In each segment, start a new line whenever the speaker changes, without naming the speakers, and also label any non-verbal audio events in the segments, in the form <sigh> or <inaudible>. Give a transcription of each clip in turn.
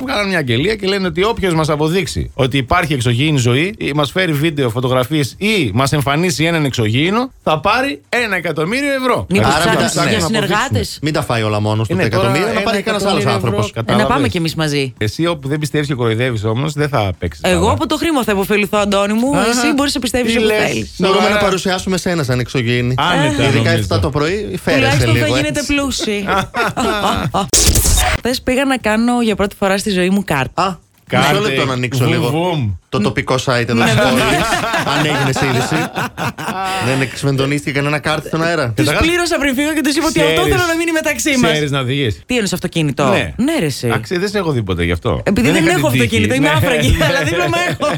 Μου κάνανε μια αγγελία και λένε ότι όποιος μας αποδείξει ότι υπάρχει εξωγήινη ζωή, μας φέρει βίντεο, φωτογραφίες ή μας εμφανίσει έναν εξωγήινο, θα πάρει ένα εκατομμύριο ευρώ.
Μήπω
Άρα
ψάχνει
ψάχνουν
ναι,
για
να
συνεργάτε.
αποδείξουν.
Μην τα φάει όλα μόνος του τα
Είναι τώρα
εκατομμύρια, να
ένα
πάρει κανένας άλλος
εκατομμύριο ευρώ.
άνθρωπο. Κατάλαβε.
Κατάλαβες. Να
Να πάμε
πάμε
κι
κι
εμείς μαζί.
Εσύ όπου δεν πιστεύεις και κοροϊδεύεις όμως, δεν θα παίξεις.
Εγώ
καλά.
από
Το χρήμα θα υποφεληθώ, Αντώνη μου.
Α,
Εσύ μπορείς να πιστεύεις
τι
όπου
λες.
θέλεις.
Μπορούμε
Άρα-
να παρουσιάσουμε σένα σαν εξωγήινη.
Άνετα,
Ε, Ειδικά
νομίζω.
7 το πρωί, φέρεσαι
Τουλάχιστον θα
λίγο.
γίνετε
έτσι.
<laughs>
πλούσιοι. Χθες πήγα να κάνω για πρώτη φορά στη ζωή μου κάρτα.
Α,
Κάντε
μισό λεπτό να ανοίξω
βουμ,
λίγο.
βουμ.
Το τοπικό site
Ναι,
εδώ τη Αν έγινε σε είδηση. Δεν εξμεντονίστηκε κανένα κάρτι στον αέρα.
Τους
τα γράφεις.
πλήρωσα πριν φύγω και τους είπα ότι αυτό
Ξέρεις-
θέλω να μείνει μεταξύ μας.
Ξέρεις Ναι. να οδηγείς.
Τι εννοεί αυτοκίνητο. Ναι, ρε, εσύ.
Αξί, δεν σε έχω δει ποτέ γι' αυτό.
Επειδή δεν,
είχα
έχω
την τύχη.
αυτοκίνητο, είμαι
Ναι, <laughs>
άφραγη.
ναι.
Αλλά δίπλωμα έχω.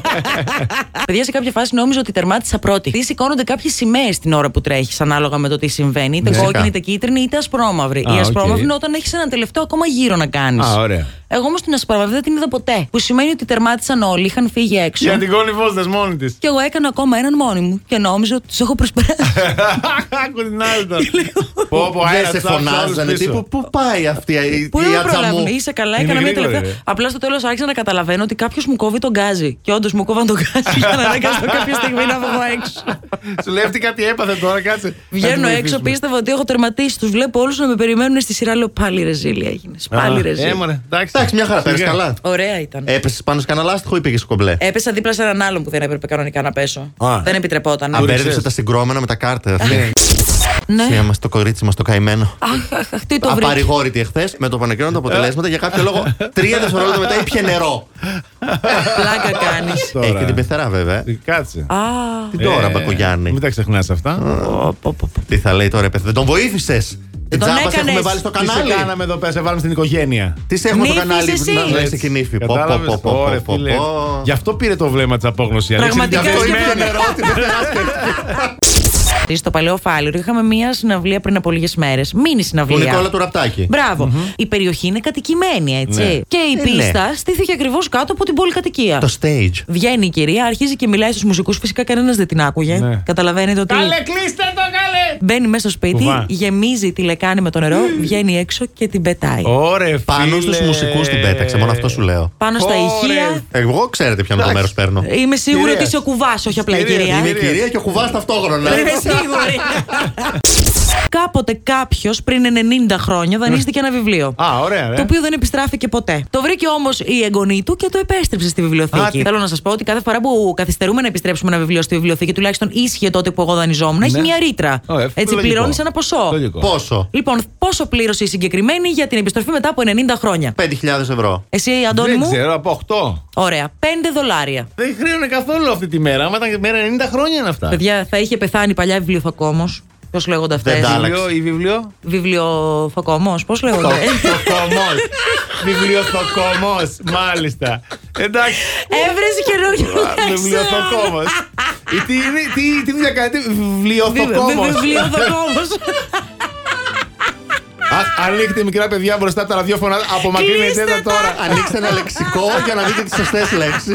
<laughs> Παιδιά, σε κάποια φάση νόμιζα ότι τερμάτισα πρώτη. Τι σηκώνονται κάποιες σημαίες την ώρα που τρέχεις, ανάλογα με το τι συμβαίνει. Είτε
Φυσικά.
κόκκινη, είτε κίτρινη, είτε ασπρόμαυρη.
Α,
Η
οκ.
ασπρόμαυρη είναι όταν έχεις έναν τελευταίο ακόμα γύρο να κάνεις.
Α, ωραία.
Εγώ όμως την ασπρόμαυρη δεν την είδα ποτέ. Που σημαίνει ότι τερμάτισαν όλοι, είχαν φύγει έξω.
Για την κόλλη φώστα μόνη της.
Και εγώ έκανα ακόμα έναν μόνη μου και νόμιζα ότι τους έχω προσπεράσει.
<laughs> Άκου την άλλη τώρα. Πω πω,
Δεν
αέρα,
σε
τσάπ, τσάπ,
φωνάζανε
πίσω.
τύπου. Πού πάει αυτή η
Πού
η
δεν
ατζαμού.
προλάβουν, είσαι καλά,
Είναι
έκανα μια
γρήγορη,
τελευταία.
ρε.
Απλά στο τέλος άρχισα να καταλαβαίνω ότι κάποιος μου κόβει τον γκάζι. Και όντως μου κόβαν τον γκάζι <laughs> για να αναγκαστώ κάποια στιγμή να βγω έξω.
Σου λέει αυτή κάτι έπαθε τώρα, κάτσε. Να την
Βγαίνω έξω,
βοηθήσουμε.
πίστευα ότι έχω τερματίσει. Τους βλέπω όλους να με περιμένουν στη σειρά. Λέω πάλι ρεζίλια έγινες. Πάλι
Α, ε,
ρεζίλια.
μωρέ, Ε, εντάξει.
Εντάξει, μια χαρά, πέρασε
Σιγά. Ε,
καλά.
Ωραία ήταν.
Έπεσε πάνω σε κανένα λάστιχο ή πήγες κομπλέ.
Έπεσα δίπλα σε έναν άλλον που δεν έπρεπε κανονικά να πέσω.
Α.
Δεν επιτρεπόταν.
Α,
Αμπέρδεψε
ξέρεις.
τα συγκρόμενα με τα κάρτα.
Ε, Ναι.
Θεία μας το κορίτσι μας το καημένο.
Αχ, αχ, αχ, τι το βρήκα.
Απαρηγόρητη εχθές με το πανεκκίνητο τα αποτελέσματα για κάποιο λόγο. Τρία δευτερόλεπτα μετά ήπια νερό.
Πλάκα κάνεις.
Τώρα.
Έχει και την πεθερά βέβαια. ε.
Κάτσε.
Α,
Την τώρα,
Ε,
Μπακογιάννη.
Μην τα ξεχνάς αυτά.
Τι θα λέει τώρα, παιδί. Δεν τον βοήθησες. Την
Ε, τον
τζάμπα σε έχουμε
έκανες.
βάλει στο
Τι σε
κανάλι.
κάναμε εδώ πέρα, σε βάλουμε στην οικογένεια.
Τι σε έχουμε στο
Νύφης
κανάλι.
εσύ.
Να λέει
Έτσι.
σε κινήφη. Πω, πω,
Κατάλαβες.
πω, πω,
Ωραία,
πω,
φίλε.
πω.
Γι' αυτό πήρε το βλέμμα της απόγνωσης.
Πραγματικά
Αλέξη,
Αυτό
είναι
σκεφτόμουν.
ήπια
διαβεβαιωμένη.
νερό. την πεθερά σκέφτηκε.
στο παλαιό Φάληρο είχαμε μία συναυλία πριν από λίγες μέρες. Μήνυ
Του
συναυλία.
Νικόλα του Ραπτάκη.
Μπράβο. Η περιοχή είναι κατοικημένη, έτσι.
Ναι.
Και η
Ε,
πίστα
ναι.
στήθηκε ακριβώς κάτω από την πολυκατοικία.
Το stage.
Βγαίνει η κυρία, αρχίζει και μιλάει στους μουσικούς. Φυσικά κανένας δεν την άκουγε.
Ναι.
Καταλαβαίνετε ότι.
Καλέ, κλείστε το, καλέ!
Μπαίνει μέσα στο σπίτι,
Κουβά.
γεμίζει τη λεκάνη με το νερό, βγαίνει έξω και την πετάει.
Ωρε,
Πάνω
φίλε.
στου μουσικούς την πέταξε. Μόνο αυτό σου λέω.
Πάνω στα
Ωραία.
ηχεία.
Εγώ ξέρετε ποιον το μέρο
Εντάξει.
παίρνω.
Είμαι σίγουρη
Κυρίας.
ότι είσαι ο κουβάς, όχι απλά η
Κυρίας,
κυρία.
Είμαι η κυρία και ο κουβάς ταυτόχρονα.
Είμαι
<laughs>
σίγουρη. Κάποτε κάποιος πριν 90 χρόνια δανείστηκε ένα βιβλίο.
Α, ωραία, ρε.
Το οποίο δεν επιστράφηκε ποτέ. Το βρήκε όμως η εγγονή του και το επέστρεψε στη
Α,
βιβλιοθήκη.
τι-
Θέλω να σας πω ότι κάθε φορά που καθυστερούμε να επιστρέψουμε ένα βιβλίο στη βιβλιοθήκη, τουλάχιστον ίσχυε τότε που εγώ δανειζόμουν, έχει μια ρήτρα.
Ναι. Ω, ε,
Έτσι,
λογικό.
πληρώνεις ένα ποσό.
Λογικό.
Πόσο.
Λοιπόν, πόσο πλήρωσε η συγκεκριμένη για την επιστροφή μετά από 90 χρόνια.
5.000 ευρώ.
Εσύ, Αντώνη
Δεν
μου.
ξέρω, από 8.
Ωραία. 5 δολάρια.
Δεν χρέωνε καθόλου αυτή τη μέρα. Άμα ήταν μέρα 90 χρόνια είναι αυτά.
Παιδιά, θα είχε πεθάνει παλιά βιβλιοθοκόμο. Πώς λέγονται
Δεν τα
αυτέ.
άλλαξε.
Βιβλίο, ή βιβλίο.
Βιβλιοθοκόμο, πώς λέγονται.
Ε. Βιβλιοθοκομό. Βιβλιοθοκομό, μάλιστα. Εντάξει.
Έβρεσε καινούργιο
Βιβλιοθοκόμο. Ε, Τι, είναι- τι, τι δουλειά κάνει, βιβλιοθοκόμο.
Βιβλιοθοκόμο.
Ανοίχτε μικρά παιδιά μπροστά από τα ραδιόφωνα, απομακρύνετε
Κλείστε
τα
τα.
τώρα.
Ανοίξτε ένα λεξικό για να δείτε τις σωστές λέξεις.